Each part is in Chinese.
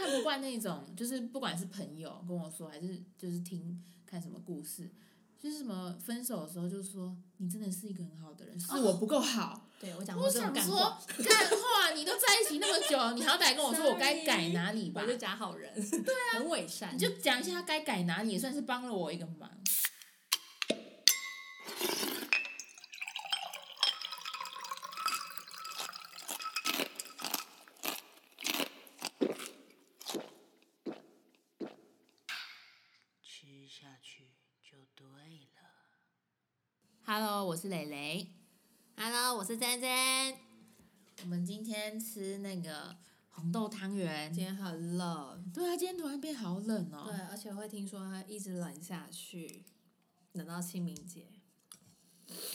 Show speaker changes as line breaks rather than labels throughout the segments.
难怪那种就是不管是朋友跟我说，还是就是听看什么故事，就是什么分手的时候就说你真的是一个很好的人，是我不够好。
哦对我讲过
哦我
这种
想
干
说
话，
干话， 你都在一起那么久，你好歹跟我说我该
Sorry
改哪里吧
我，就假好人，对啊， 很伪善。
你就讲一下该改哪里，也算是帮了我一个忙。
吃下去就对了。
Hello，我是蕾蕾。
Hello，我是詹詹，
我们今天吃那个红豆汤圆。
今天很冷，
对啊，今天突然变好冷哦。
对，而且会听说它一直冷下去，冷到清明节。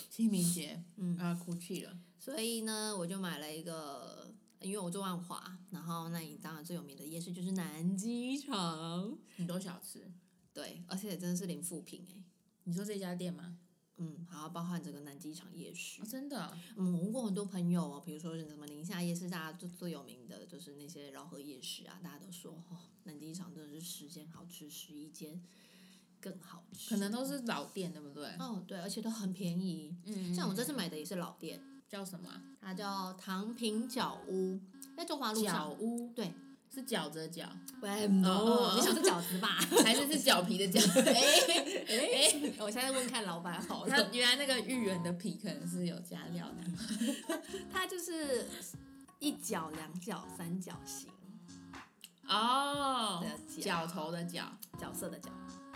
清明节，
嗯
啊，哭泣了。
所以呢，我就买了一个，因为我住万华，然后那里当然最有名的夜市就是南机场，
很多小吃。
对，而且真的是零负评哎，
你说这家店吗？
嗯，好，包含整个南机场夜市
哦、，真的哦、
嗯，我问过很多朋友哦，比如说是什么宁夏夜市，啊大家就最有名的就是那些饶河夜市啊，大家都说哦，南机场真的是十间好吃，十一间更好吃，
可能都是老店，对不对？
哦对，而且都很便宜，
嗯
像我这次买的也是老店，
叫什么啊？
它叫唐平饺屋，在中华路
饺
上，
屋
对。
是饺子的饺，
喂
哦
，no，你想吃饺子吧？
还是是饺皮的饺？ 哎 哎、
我现在问看老板好
它
了，
原来那个芋圆的皮可能是有加料的。
它就是一角、两角、三角形
哦
的，角
饺头的饺，
角色的角，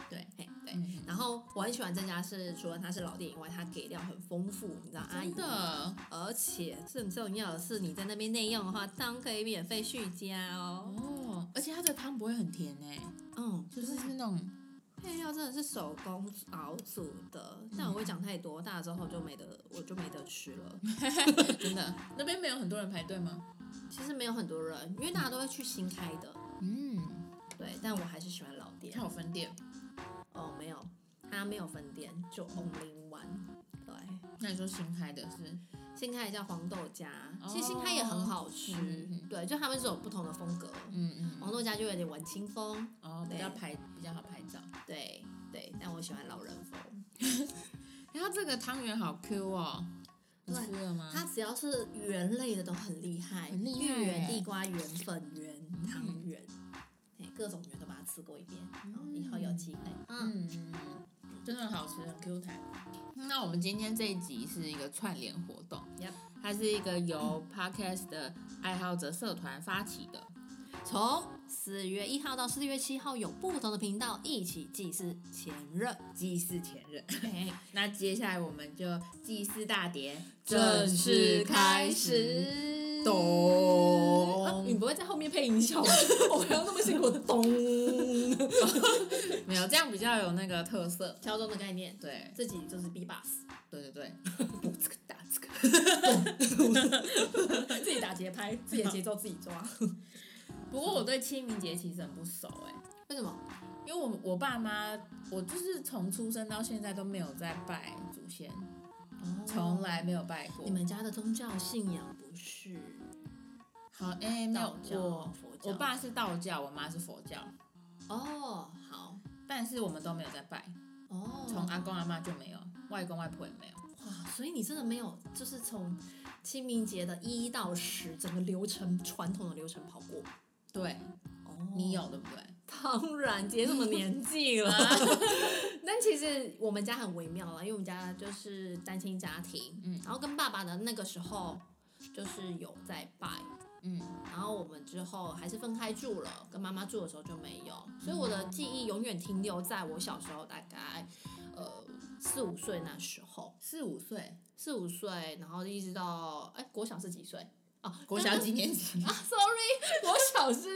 对
嘿对。
嗯，
然后我很喜欢这家是，除了它是老店以外，它给料很丰富，你知道阿姨
真。的
而且最重要的是，你在那边内用的话，汤可以免费续加哦。
哦，而且它的汤不会很甜哎、
嗯，
就
就是是
是那种
配料真的是手工熬煮的，但我会讲太多，大了之后就没得，我就没得吃了。
真的那边没有很多人排队吗？
其实没有很多人，因为大家都会去新开的，
嗯，
对。但我还是喜欢老店
它。有分店，
哦，没有，它没有分店，就 Only One。对，
那你说新开的是
新开一家黄豆家，其
哦
实新开也很好吃。
嗯嗯嗯
对，就他们是有不同的风格。
嗯嗯
黄豆家就有点晚清风，
哦，比较拍比较好拍照。哎
对对，但我喜欢老人风。
然后这个汤圆好 Q 哦，你
对
吃了吗？
它只要是圆类的都很厉害，
很厉害
芋圆、
耶嗯
地瓜圆、粉圆、汤圆，哎、各种圆都把它吃过一遍，然后以后有机会，嗯，
嗯，真的很好吃，很 Q 弹。那我们今天这一集是一个串联活动
Yep
它是一个由 Podcast 的爱好者社团发起的。
从四月一号到四月七号有不同的频道一起祭祀前任。
祭祀前任，
哎
那接下来我们就祭祀大典
正式开始。
咚
啊你不会在后面配音效吗？ 我还要那么辛苦咚，
没有这样比较有那个特色。
敲钟的概念，
对
这集就是 B box，
对对对，
这个打这个，自己打节拍，自己的节奏自己抓。
不过我对清明节其实很不熟哎、
为什么？
因为我我爸妈，我就是从出生到现在都没有在拜祖先，从来没有拜过。
哦你们家的宗教信仰不是
好哎、没
道
有
教、
我
佛教？
我爸是道教，我妈是佛教，
哦，好
但是我们都没有在拜，
哦，
从阿公阿妈就没有，外公外婆也没有。
哇，所以你真的没有，就是从清明节的一到十整个流程传统的流程跑过。
对
哦
你？有对不对？
当然，姐什么年纪 了？ 但其实我们家很微妙啦，因为我们家就是单亲家庭，
嗯
然后跟爸爸的那个时候就是有在拜，
嗯，
然后我们之后还是分开住了，跟妈妈住的时候就没有，所以我的记忆永远停留在我小时候大概呃四五岁那时候，
四五岁，
四五岁，然后一直到哎国小是几岁？哦，
国小几年级？
啊，sorry，国小是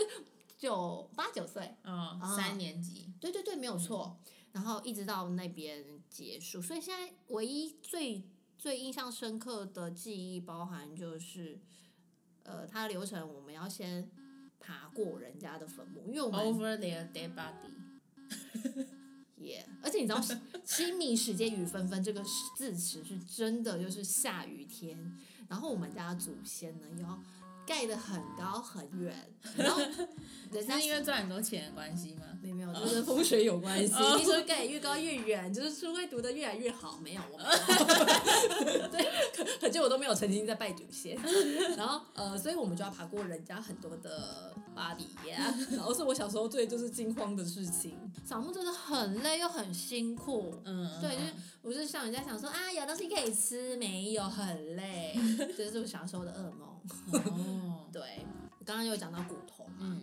九八九岁，
哦，
啊
三年级。
对对对，没有错。然后一直到那边结束，所以现在唯一最最印象深刻的记忆，包含就是，呃，它的流程我们要先爬过人家的坟墓，因为我们
Over their dead body，
也而且你知道，清明时节雨纷纷这个字词是真的，就是下雨天。然后我们家祖先呢，也要盖得很高很远，然后 人家
是因为赚很多钱的关系吗？
没有没有，就是跟风水有关 系。
哦
听说盖得越高越远，就是书会读得越来越好。没有，我没 有。对，可可见我都没有曾经在拜祖先。 然后呃，所以我们就要爬过人家很多的巴黎呀。然后是我小时候最就是惊慌的事情。扫墓真的很累又很辛苦。
嗯，
对，就
嗯
是不是像人家想说啊，有东西可以吃，没有，很累， 这是我小时候的噩梦。
哦，
对，我刚刚有讲到骨头嘛，
嗯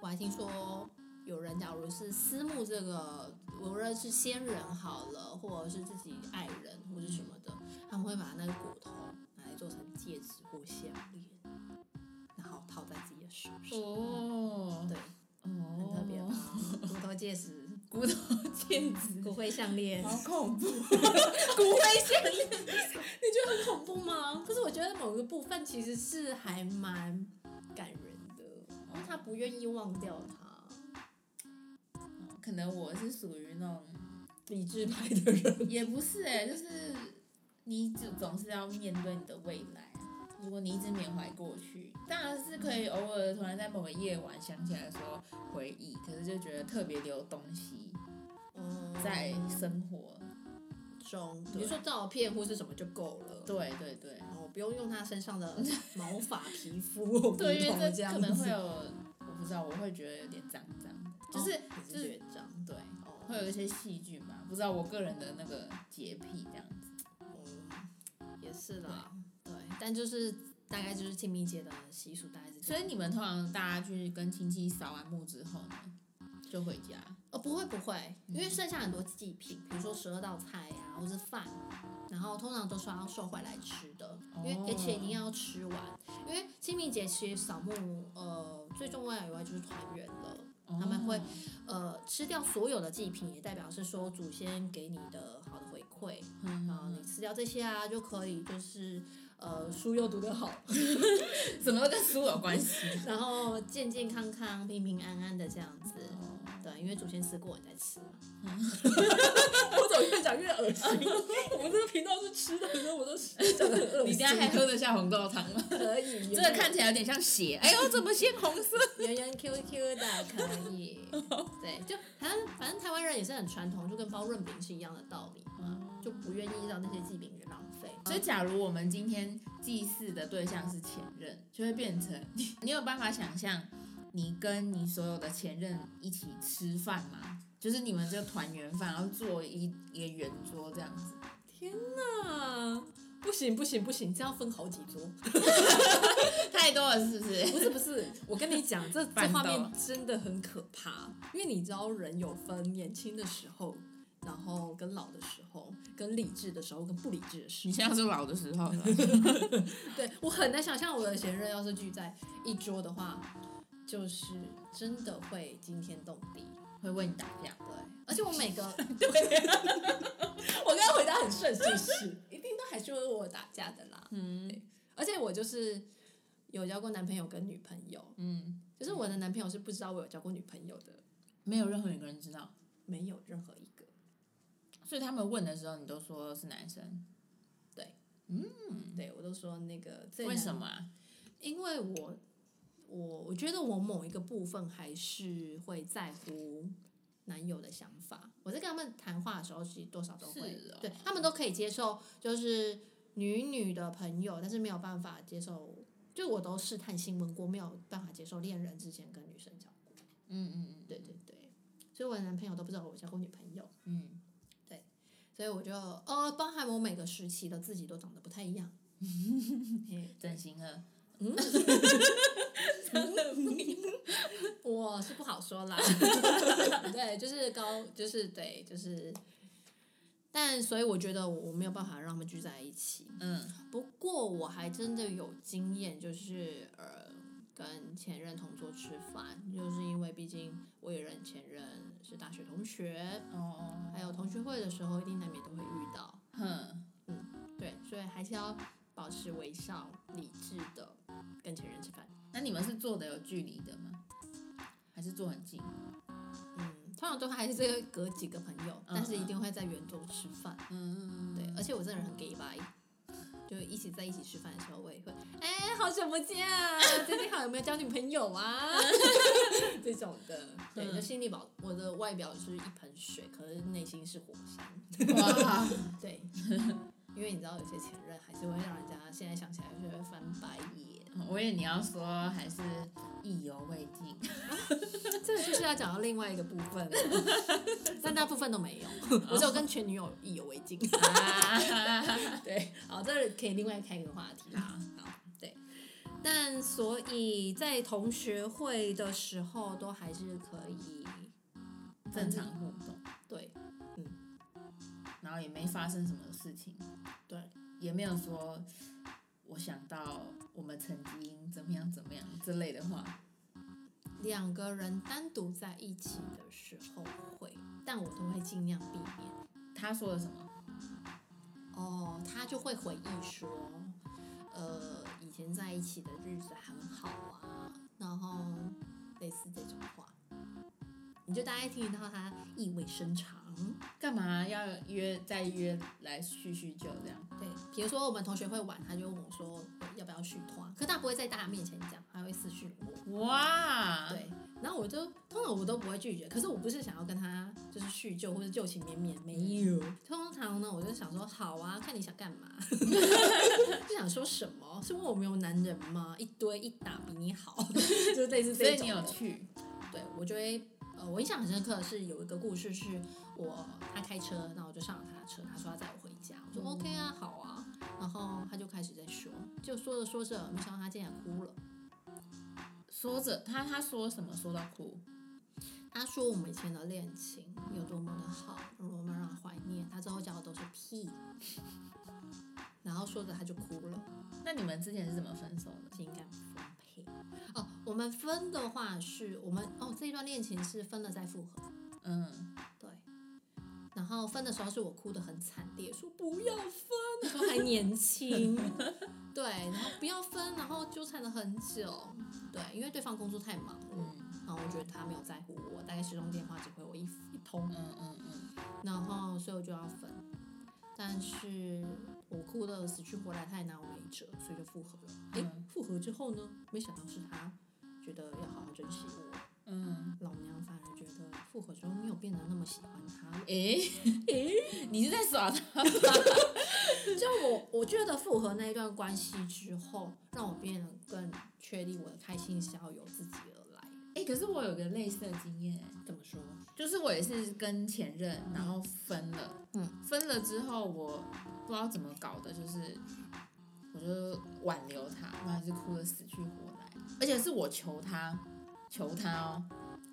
我还听说有人，假如是私募这个，无论是先人好了，或者是自己爱人或者什么的，他们会把那个骨头拿来做成戒指或项链，然后套在自己的手上。
哦，
嗯对，
哦，
很特别吧？骨头戒指、
骨头戒指，
骨灰项链，
哦 好恐怖，
骨灰项链，你觉得很恐怖吗？可是我觉得某个部分其实是还蛮感人的，因为他不愿意忘掉它。
可能我是属于那种。
理智派的人，
也不是哎、就是你总总是要面对你的未来。啊如果你一直缅怀过去，当然是可以偶尔突然在某个夜晚想起来的时候回忆，可是就觉得特别留东西
嗯，
在生活。
中，比
对
如说照片或是什么就够了。
对对对，
哦，我不用用他身 上的毛发、皮肤、
对，
骨
因
头
为
这
这
样
可能会
子
有，我不知道，我会觉得有点脏脏的，就是、
哦你
就是嗯
是觉得这样
对，
哦
会有一些细菌嘛，不知道我个人的那个洁癖这样子。
嗯也是啦，对，但就是大概就是清明节的习俗，大概是这
所
样。
以你们通常大家去跟亲戚扫完墓之后呢，就回家。
哦，不会不会，因为
嗯
剩下很多祭品，比如说十二道菜呀、啊，或是饭，然后通常都是要收回来吃的，因为、而且一定要吃完，因为清明节其实扫墓，呃，最重要以外就是团圆了。他们会
哦
呃，吃掉所有的祭品，也代表是说祖先给你的好的回馈
嗯
啊、你吃掉这些啊，就可以就是呃书又读得好，
怎么跟书有关系？
然后健健康康、平平安安的这样子。
哦
对，因为祖先吃过，你再吃嘛。 我怎么越讲越恶心？我们这个频道是吃的，所以我都讲的很恶
你等下还喝得下红豆汤吗？
可以，
这个看起来有点像血，哎呦，怎么鲜红色？
圆圆 QQ 的可以，对，就反正反正台湾人也是很传统，就跟包润饼是一样的道理
哦
嘛，就不愿意让那些祭品浪费。
所以，假如我们今天祭祀的对象是前任，就会变成 你有办法想象你跟你所有的前任一起吃饭吗？就是你们这个团圆饭，然后做一一个圆桌这样子。
天哪，不行不行不行，这要分好几 桌。
太多了是不是？
不是不是，我跟你讲，这这
烦
画
到
面真的很可怕，因为你知道人有分年轻的时候，然后跟老的时候，跟理智的时候，跟不理智的时
你
候。
现在是老的时候了，
对我很难想象我的前任要是聚在一桌的话，就是真的会惊天动地。
会为你打架。
对，而且我 每个，对，
啊
我刚刚回答很顺，就是一定都还是会为我打架的啦。
嗯
而且我就是有交过男朋友跟女朋友，
嗯，
就是我的男朋友是不知道我有交过女朋友的，
没有任何一个人知道，
没有任何一个。
所以他们问的时候，你都说是男生，
对我都说那个最难
嗯为什？么啊？
因为我我我觉得我某一个部分还是会在乎男友的想法。我在跟他们谈话的时候，其实多少都会，
是哦
对他们都可以接受，就是女女的朋友，但是没有办法接受。就我都试探新闻过，没有办法接受恋人之前跟女生交过。
嗯嗯嗯，
对对对，所以我的男朋友都不知道我交过女朋友。
嗯。
所以我就呃，包含我每个时期的自己都长得不太一样。 嘿
整形了，
我是不好说啦， 对，就是高，就是对，就是，但所以我觉得我没有办法让他们聚在一起。
嗯
不过我还真的有经验，就是呃，跟前任同桌吃饭，就是因为毕竟我有人前任是大学同学，
哦，
还有同学会的时候，一定难免都会遇到。
哼，
对，所以还是要保持微笑、理智的跟前任吃饭。
那你们是坐的有距离的吗？还是坐很近？
嗯，通常都还是会隔几个朋友，但是一定会在圆桌吃饭。
嗯，
对，而且我这个人很 gay 白，就一起在一起吃饭的时候，我也会，哎、好久不见，啊 最近好有没有交女朋友啊？ 这种的，对，
嗯
就心里保我的外表是一盆水，可是内心是火山。
哇，
嗯对， 因为你知道有些前任还是会让人家现在想起来就会翻白眼。
我以为你要说还是意犹未尽，
这个就是要讲到另外一个部分 了，但大部分都没有，我只有跟前女友意犹未尽。
啊
对，好，这里可以另外开一个话题啦。好，对。但所以在同学会的时候，都还是可以
正常互动，
对
然后也没发生什么事情，
对，
也没有说我想到我们曾经怎么样怎么样之类的话，
两个人单独在一起的时候会，但我都会尽量避免。
他说了什么？
哦，他就会回忆说，呃，以前在一起的日子很好啊，然后类似这种话，你就大概听得到他意味深长。
干嘛要约再约来叙叙旧这样？
对，比如说我们同学会玩，他就问我说要不要续团，可他不会在大家面前讲，他会私讯我。
哇，
对，然后我就通常我都不会拒绝，可是我不是想要跟他就是叙旧或者旧情绵绵，没有。通常呢，我就想说好啊，看你想干嘛， 就想说什么？是问我没有男人吗？一堆一打比你好，就类似
所
这
以
种
你有
的
去？
对我就会呃，我印象很深刻的是有一个故事是我他开车，然后我就上了他的车，他说要载我回家，我说
嗯
OK 啊，好啊，然后他就开始在说，就说着说着，没想到他竟然哭了。
说着他他说什么说到哭？
他说我们以前的恋情有多么的好，有多么让人怀念。他之后讲的都是屁， 然后说着他就哭了，
那你们之前是怎么分手的？
情感分配。哦，我们分的话是我们哦这一段恋情是分了再复合，
嗯，
对。然后分的时候是我哭得很惨烈，说不要分，那时候还年轻，对，然后不要分，然后纠缠了很久，对，因为对方工作太忙了，
嗯
然后我觉得他没有在乎我，大概十通电话只回我一一通
嗯，嗯嗯，
然后所以我就要分，但是我哭的死去活来，他也拿我没辙，所以就复合了。诶，
嗯
复合之后呢，没想到是他觉得要好好珍惜我，
嗯，
老娘反而觉得复合之后没有变得那么喜欢他了。
诶、 你是在耍他？
就我我觉得复合那一段关系之后，让我变得更确立我的开心是要由自己而来。
诶、可是我有个类似的经验、欸诶
怎么说？
就是我也是跟前任，然后分了，
嗯，
分了之后我不知道怎么搞的，就是我就挽留他，然后还是哭得死去活来，而且是我求他，求他哦，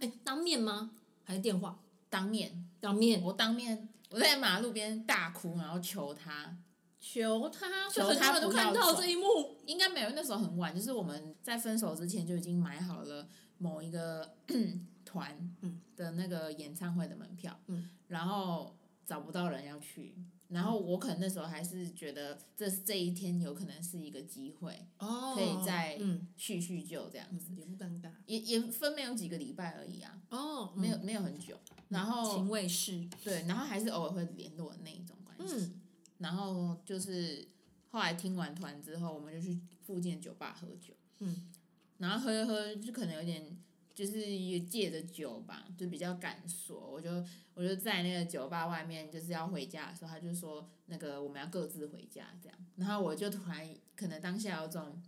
诶，哎当面吗？还是电话？
当面，
当面
我当面我在马路边大哭，然后求他，
求他，所以
求
很
他
多人都
不要
看到
走
这一幕。
应该没有，那时候很晚，就是我们在分手之前就已经买好了某一个 团
嗯
的那个演唱会的门票，
嗯
然后找不到人要去，然后我可能那时候还是觉得这这一天有可能是一个机会，
哦
可以再
嗯
叙叙旧这样子，
也不尴尬
也也分没有几个礼拜而已啊，
哦，嗯
没有没有很久，然后
情卫士，
对，然后还是偶尔会联络的那一种关系，
嗯
然后就是后来听完团之后，我们就去附近的酒吧喝酒，
嗯，
然后喝一喝就可能有点就是也借着酒吧，就比较敢说，我就我就在那个酒吧外面就是要回家的时候，他就说那个我们要各自回家这样，然后我就突然可能当下有种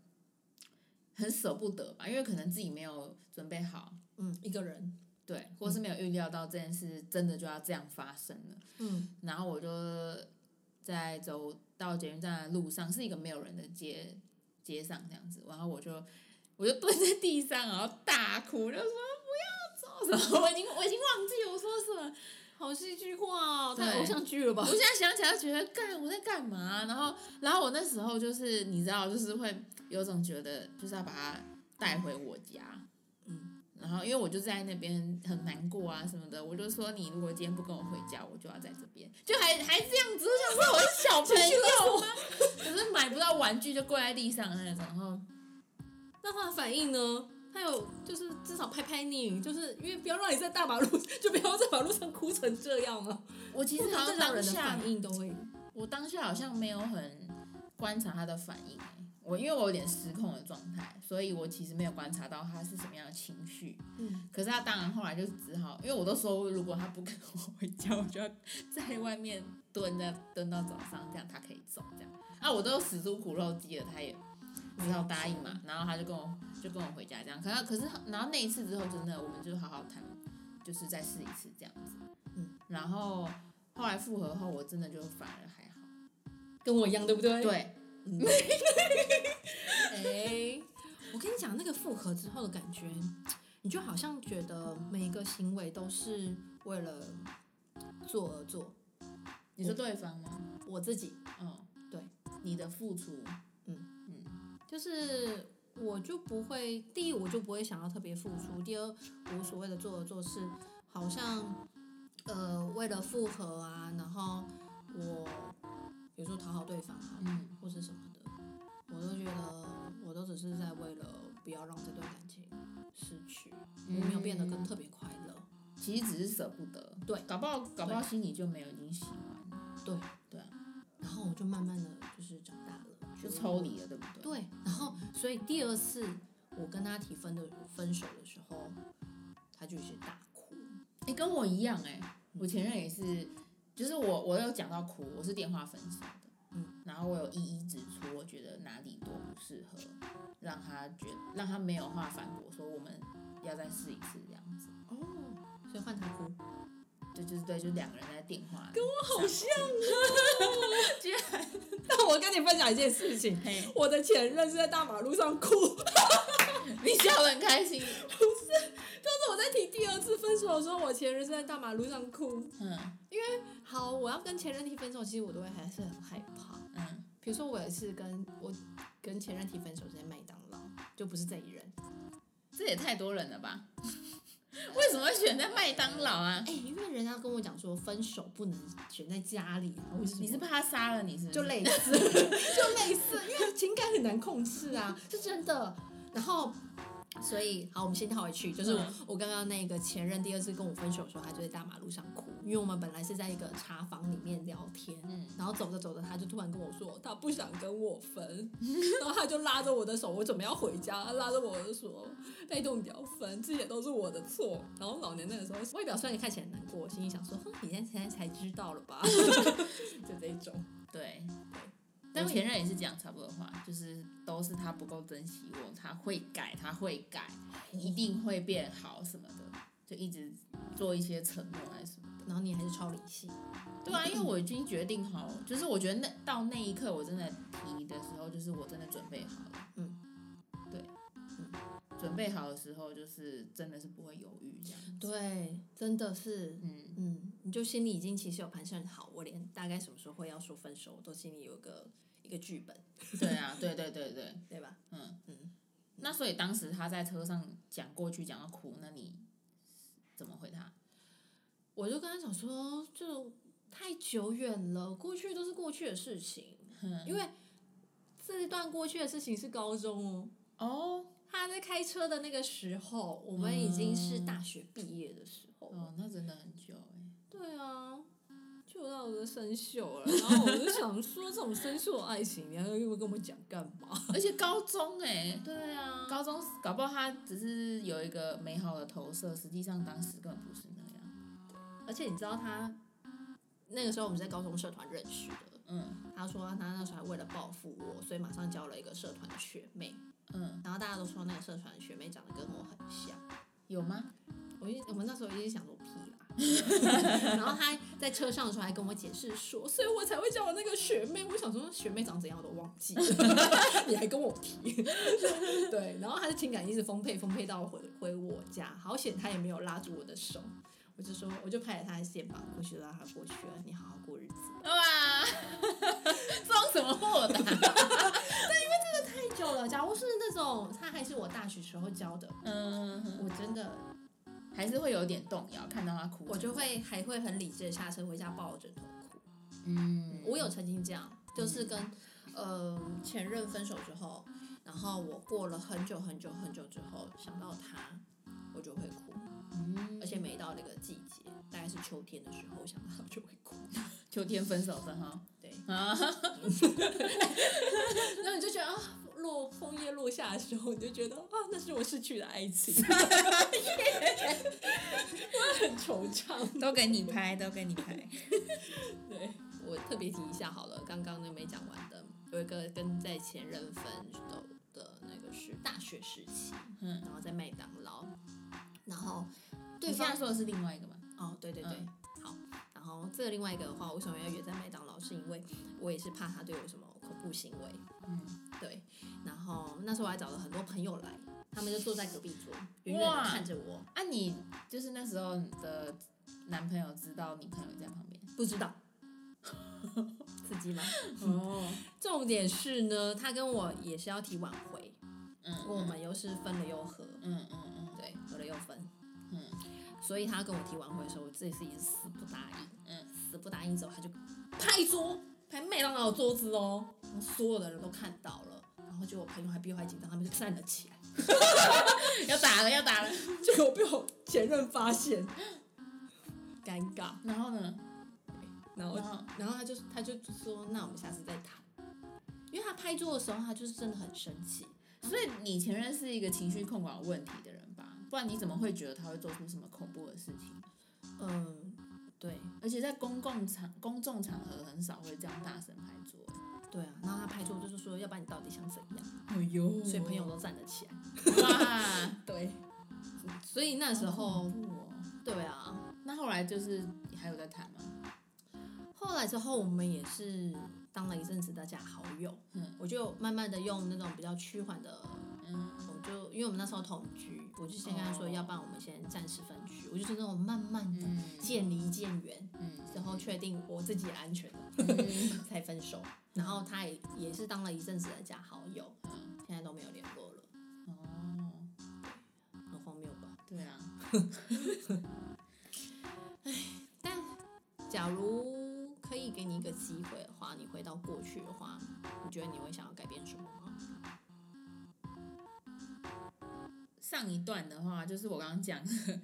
很舍不得吧，因为可能自己没有准备好，
嗯，一个人，
对，或是没有预料到这件事真的就要这样发生了。
嗯
然后我就在走到捷运站的路上，是一个没有人的街街上这样子，然后我就我就蹲在地上，然后大哭，就说不要走，然后我 已经我已经忘记我说什么，
好戏剧化哦，
对
太偶像剧了吧
我？现在想起来觉得干我在干嘛？然后然后我那时候就是你知道，就是会有种觉得就是要把他带回我家，
嗯，
然后因为我就在那边很难过啊什么的，我就说你如果今天不跟我回家，我就要在这边，就还还这样子，我想说我是小朋友吗？可是买不到玩具就跪在地上那种，然后
那他的反应呢？他有就是至少拍拍你，就是因为不要让你在大马路， 就不要在马路上哭成这样了。
我其实
通
好像
常这种
当
人的
下
反应都会，
我当下好像没有很观察他的反应、欸，我因为我有点失控的状态，所以我其实没有观察到他是什么样的情绪。
嗯，
可是他当然后来就只好，因为我都说如果他不跟我回家，我就要在外面蹲着蹲到早上，这样他可以走这样。啊，我都死猪苦肉计了，他也只好答应嘛。然后他就跟我就跟我回家这样。可是可是然后那一次之后，真的我们就好好谈，就是再试一次这样子。
嗯，
然后后来复合后，我真的就反而还好。
跟我一样，对不对？。
对，
哎、我跟你讲，那个复合之后的感觉，你就好像觉得每一个行为都是为了做而做。
你说对方吗？
我自己
嗯，
对，
你的付出，嗯
就是我就不会，第一我就不会想要特别付出，第二我所谓的做而做事，好像呃为了复合啊，然后我比如说讨好对方啊，
嗯，
或是什么的，我都觉得我都只是在为了不要让这段感情失去，我没有变得更特别快乐。
其实只是舍不得，
对
搞不好搞不好心里就没有已经喜欢，
然后我就慢慢的就是长大了，
就
觉得
抽离了，对不对？，
对，然后所以第二次我跟他提分的分手的时候，他就一直大哭。
哎、跟我一样哎、我前任也是，就是我我有讲到哭，我是电话分手的，
嗯，
然后我有一一指出我觉得哪里多不适合，让他觉让他没有话反驳，说我们要再试一次这样子，
哦，所以换他哭，
对，就是对，就两个人在电话，跟我
好像哦 那我跟你分享一件事情，
嘿，
我的前任是在大马路上哭，但
你笑得很开心，
是我在提第二次分手的时候，我前任是在大马路上哭。
嗯
好，我要跟前任提分手，其实我都会还是很害怕。
嗯，
比如说我有一次跟我跟前任提分手是在麦当劳，就不是这一人。
这也太多人了吧？ 为什么会选在麦当劳啊？
哎、因为人家跟我讲说分手不能选在家里，啊然后我就
你是怕他杀了你是不是？
就 类似，就类似，因为情感很难控制啊，是真的。然后，所以好，我们先跳回去，就是我、
嗯
我刚刚那个前任第二次跟我分手的时候，他就在大马路上哭，因为我们本来是在一个茶房里面聊天，
嗯
然后走着走着，他就突然跟我说他不想跟我分， 然后他就拉着我的手，我准备要回家，他拉着我就说被动比较分，这些都是我的错。然后老年那个时候外表虽然看起来很难过，心里想说，哼，你现在现在才知道了吧， 就这一种。
对
对。
但
我
我前任也是讲差不多的话，就是都是他不够珍惜我，他会改，他会改，一定会变好什么的，就一直做一些承诺还是什么。
然后你还是超理性，
对啊，因为我已经决定好，就是我觉得那到那一刻我真的提的时候，就是我真的准备好了。
嗯，
对，
嗯
准备好的时候就是真的是不会犹豫这样子。
对，真的是，
嗯，
嗯，你就心里已经其实有盘算好，我连大概什么时候会要说分手，我都心里有个一个剧本，
对啊，对对对对。
对吧？
嗯
嗯，
那所以当时他在车上讲过去讲到哭，那你怎么回他？
我就跟他讲说，就太久远了，过去都是过去的事情，
嗯，
因为这一段过去的事情是高中哦。
哦
他在开车的那个时候，我们已经是大学毕业的时候了
哦，那真的很久哎、
对啊，就到我的生锈了。然后我就想说，这种生锈的爱情，你还要跟我讲干嘛？
而且高中哎、
对啊，
高中搞不好他只是有一个美好的投射，实际上当时根本不是那样。
而且你知道他那个时候我们在高中社团认识的，
嗯
他说他那时候还为了报复我，所以马上交了一个社团的学妹，
嗯，
然后大家都说那个社团的学妹长得跟我很像。
有吗？
我一我们那时候一直想说屁啦， 然后他在车上的时候还跟我解释说，所以我才会叫我那个学妹。我想说学妹长怎样我都忘记了， 你还跟我提， 对。然后他的情感一直丰沛，丰沛到回回我家，好险他也没有拉住我的手。我就说，我就拍了他的肩膀，过去让他过去了，你好好过日子。
哇， 装什么啊豁达？
太久了，假如是那种他还是我大学时候教的，
嗯，
我真的
还是会有点动摇，看到他哭，
我就会还会很理智的下车回家抱着枕头哭。
嗯，
我有曾经这样，就是跟呃前任分手之后，然后我过了很久很久很久之后想到他，我就会哭，
嗯，
而且每到那个季节，大概是秋天的时候，我想到他我就会哭。
秋天分手的哈
对，
啊，
然后你就觉得啊，落枫叶落下的时候，你就觉得啊，那是我逝去的爱情， 我很惆怅。
都给你拍，都给你拍。
对，我特别提一下好了，刚刚那没讲完的，有一个跟在前任分手的那个是大学时期，
嗯，
然后在麦当劳，然后对
你现
方
在说的是另外一个吗？
哦，对对对，
嗯
好。然后这个另外一个的话，为什么要约在麦当劳？是因为我也是怕他对我有什么恐怖行为。
嗯，
对。然后那时候我还找了很多朋友来，他们就坐在隔壁桌，远远的
哇
看着我，
啊，你就是那时候你的男朋友知道你朋友在旁边。
不 知道。刺激吗？
哦，
重点是呢，他跟我也是要提挽回，
嗯，
我们又是分了又合，
嗯，嗯嗯
对，合了又分，
嗯嗯，
所以他跟我提挽回的时候，我自己是一直死不答应，
嗯，
死不答应之后，他就拍桌，拍麦当劳的桌子哦，然后所有的人都看到了，然后就我朋友还比我还紧张，他们就站了起来，
嗯要打了要打了。
结果被我前任发现，尴尬，
然后呢？
然后
然后
然后他就他就说，那我们下次再谈，因为他拍桌的时候，他就是真的很生气，
所以你前任是一个情绪控管有问题的人吧？不然你怎么会觉得他会做出什么恐怖的事情？
嗯，对
而且在公共场、公众场合很少会这样大声拍桌。
对啊，然后他拍桌就是说，要不然你到底想怎样？
哎呦
所以朋友都站了起来，
哇，
对，嗯所以那时候
好恐怖哦
对啊，
那后来就是还有在谈吗？
后来之后，我们也是当了一阵子大家好友，
嗯
我就慢慢的用那种比较趋缓的，
嗯，
我就因为我们那时候同居，我就先跟他说，
哦
要不然我们先暂时分居，我就是那种慢慢的
嗯
渐离渐远，
嗯，
之后确定我自己也安全了
嗯
才分手，然后他也也是当了一阵子的假好友，现在都没有联络了，
哦，
很荒谬吧？
对啊，
但假如可以给你一个机会的话，你回到过去的话，你觉得你会想要改变什么吗？
上一段的话就是我刚刚讲 的，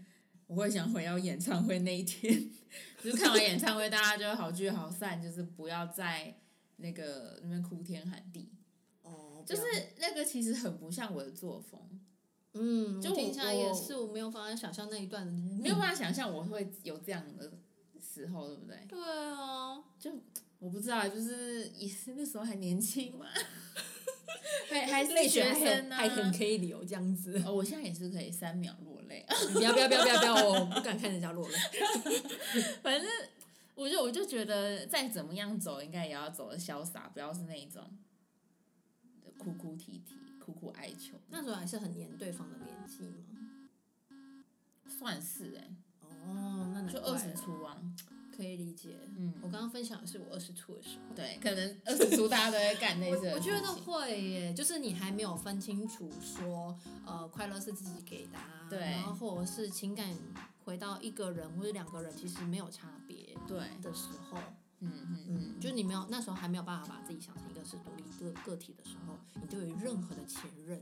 我会想回到演唱会那一天， 就是看完演唱会，大家就好聚好散，就是不要在那个那边哭天喊地，
哦，
就是那个其实很不像我的作风，
嗯，
就
我
我
听下来也
我
是，我没有办法想象那一段，
没有办法想象我会有这样的时候，对不对？
对哦，
我不知道，就是也是那时候还年轻嘛，还还是
泪水
学
还
生
很
呢、
还很可以流这样子，
哦，我现在也是可以三秒落泪，
不要不要不要不要不要，我不敢看人家落泪。
反正我就我就觉得再怎么样走，应该也要走的潇洒，不要是那一种哭哭啼啼、苦苦哀求。
那时候还是很黏对方的年纪嘛，
算是哎、
哦，那难
就
怪
二十
了
出啊，
可以理解。我
嗯，
刚刚分享的是我二十出的时候，
对，可能二十出大家都在干那一
我
次的
我觉
事
得
情
会耶，就是你还没有分清楚说，呃，快乐是自己给的、啊，
对
然后或者是情感回到一个人或者两个人其实没有差别
对，
的时候，
嗯嗯
嗯，
嗯，
就你没有那时候还没有办法把自己想成一个是独立个个体的时候，你对于任何的前任，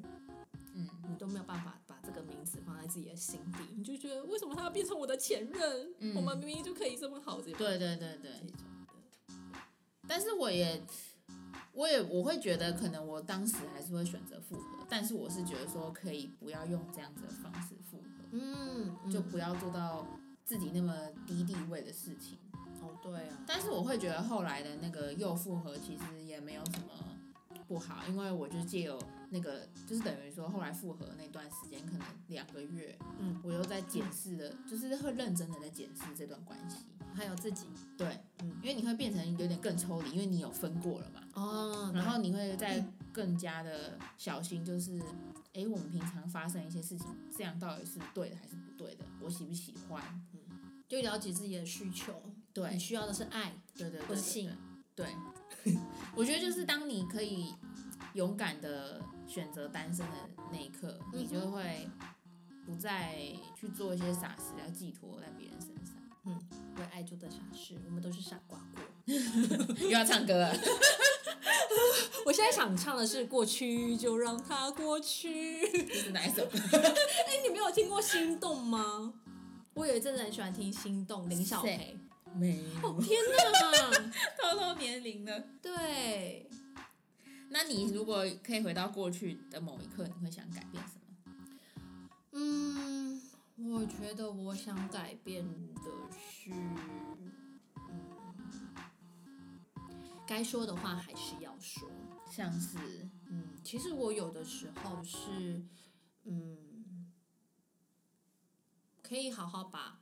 嗯，
你都没有办法把这个名字放在自己的心底，你就觉得为什么他要变成我的前任？
嗯
我们明明就可以这么好，这种
对对对对。
这种的，
但是我也，我也我会觉得，可能我当时还是会选择复合，但是我是觉得说可以不要用这样子的方式复合，
嗯，
就不要做到自己那么低地位的事情。
哦对啊，
但是我会觉得后来的那个又复合其实也没有什么不好，因为我就借由那个，就是等于说后来复合那段时间，可能两个月，
嗯，
我又在检视的，就是会认真的在检视这段关系。
还有自己
对，
嗯
因为你会变成有点更抽离，因为你有分过了嘛。嗯
哦
然后你会再更加的小心，就是，诶，我们平常发生一些事情，这样到底是对的还是不对的？我喜不喜欢？
就了解自己的需求，
对
你需要的是爱，
对对对
不
对
信
对， 对我觉得就是当你可以勇敢的选择单身的那一刻，你
嗯
就会不再去做一些傻事，要寄托在别人身上。
为爱做的傻事，我们都是傻瓜过。
又要唱歌了，
我现在想唱的是过去就让它过去。哎
这是哪一首歌？
你没有听过《心动》吗？我有一阵子很喜欢听《心动》， 林小培。 哦
没有，
天哪！
透露年龄了。
对，
那你如果可以回到过去的某一刻，你会想改变什么？
嗯，
我觉得我想改变的是，嗯，该说的话还是要说。
像是
嗯，其实我有的时候是，嗯，可以好好把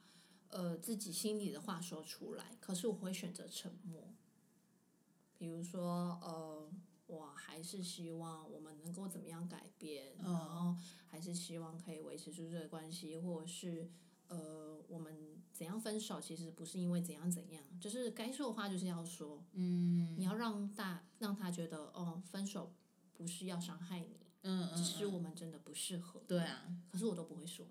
呃自己心里的话说出来，可是我会选择沉默。比如说，呃，我还是希望我们能够怎么样改变，
嗯
然后还是希望可以维持住这个关系，或者是呃，我们怎样分手，其实不是因为怎样怎样，就是该说的话就是要说，
嗯
你要让大让他觉得，哦，分手不是要伤害你，
嗯
只是
嗯，
我们真的不适合。
对啊，
可是我都不会说，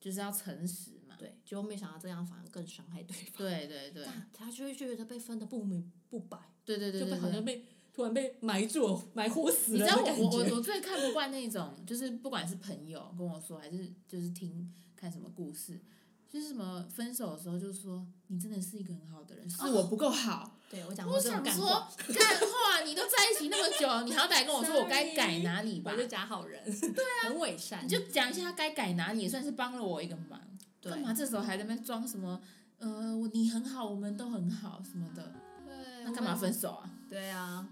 就是要诚实嘛。
对，结果没想到这样反而更伤害对方。
对对对
但他就会觉得被分的不明不白，
对对对
就被
对
好
对。
像被突然被埋住、埋活死
你
了
知
的
道
感觉。
我我我我最看不惯那种，就是不管是朋友跟我说，还是就是听看什么故事，就是什么分手的时候就说你真的是一个很好的人，是我不够好。
对哦我讲
我
过这种
想
干
说
话，，
干话你都在一起那么久，你好歹跟我说我该改哪里吧
我，就假 好人，对啊，很伪善。
你就讲一下该改哪里，也算是帮了我一个忙。
对
干嘛这时候还在那边装什么？呃，我你很好，我们都很好什么的，
对
那干嘛？分手啊？
我们对啊，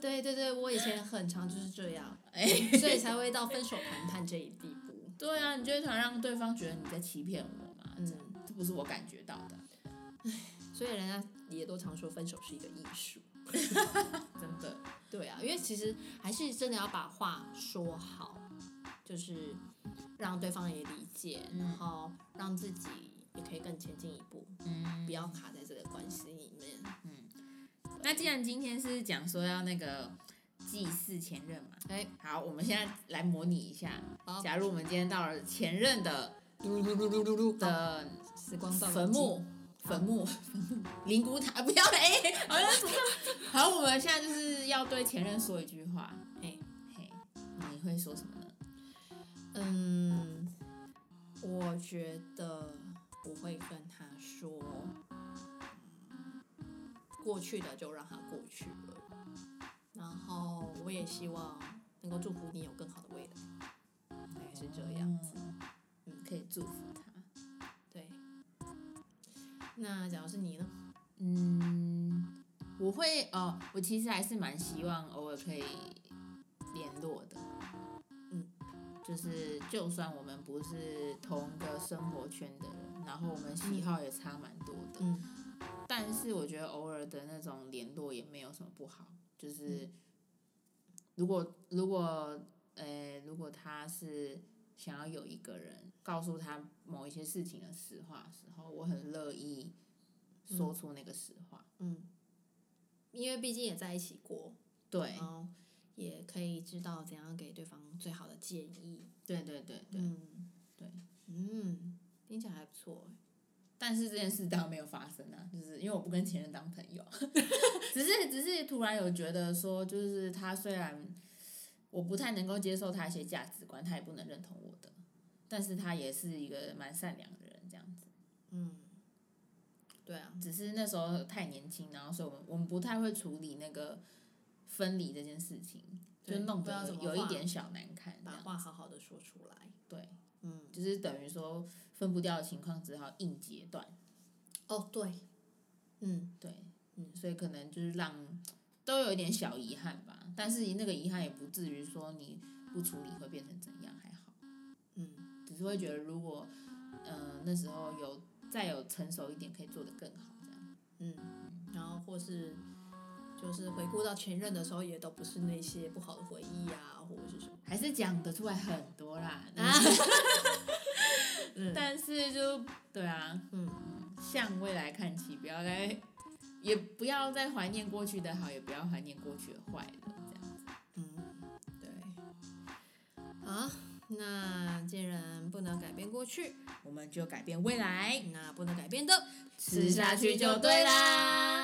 对对对，我以前很常就是这样，
哎，
所以才会到分手谈判这一地步。
对啊，你就会突然让对方觉得你在欺骗我嘛，这样
嗯，
这不是我感觉到的，
所以人家也都常说分手是一个艺术。
真的。
对啊，因为其实还是真的要把话说好，就是让对方也理解，
嗯
然后让自己也可以更前进一步，
嗯
不，要卡在这个关系里面。
那既然今天是讲说要那个祭祀前任嘛，
哎，
好，我们现在来模拟一下，
好，
假如我们今天到了前任的
噜噜噜噜噜噜的
的
时光倒流
坟墓。坟墓， 坟墓，灵骨塔， 不要哎、好像怎么？好，我们现在就是要对前任说一句话，
嘿
嘿，你会说什么呢？
记，嗯，我觉得我会跟他说，过去的就让它过去了，然后我也希望能够祝福你有更好的未来。大概是这样子。
嗯，可以祝福他。
对。那假如是你呢？
嗯，我会哦，我其实还是蛮希望偶尔可以联络的。嗯，就是就算我们不是同一个生活圈的人，然后我们喜好也差蛮多的，
嗯
但是我觉得偶尔的那种联络也没有什么不好。就是如果如果呃，如果他是想要有一个人告诉他某一些事情的实话的时候，我很乐意说出那个实话。
嗯，因为毕竟也在一起过，
对
然，后也可以知道怎样给对方最好的建议。
对对对对。
嗯，
对，
嗯，听起来还不错。欸
但是这件事当然没有发生啊，就是因为我不跟前任当朋友， 只是只是突然有觉得说，就是他虽然我不太能够接受他一些价值观，他也不能认同我的，但是他也是一个蛮善良的人这样子。
嗯，对啊，
只是那时候太年轻，然后所以我们我们不太会处理那个分离这件事情，就
对
弄
不知道
得
怎么
有一
化
点小难看这
把
样。
话好好的说出来。
对，
嗯，
就是等于说分不掉的情况，只好硬截断。
哦，对，嗯，
对，
嗯
所以可能就是让都有一点小遗憾吧，但是那个遗憾也不至于说你不处理会变成怎样，还好，
嗯，
只是会觉得如果呃那时候有再有成熟一点，可以做得更好这样。
嗯，然后或是就是回顾到前任的时候，也都不是那些不好的回忆啊，或者是什么。
还是讲得出来很多啦， 但是就对啊，
嗯，
向未来看齐，不要再也不要再怀念过去的好，也不要怀念过去的坏了，这样子。
嗯，对。好，那既然不能改变过去，
我们就改变未来，
那不能改变的，
吃下去就对啦。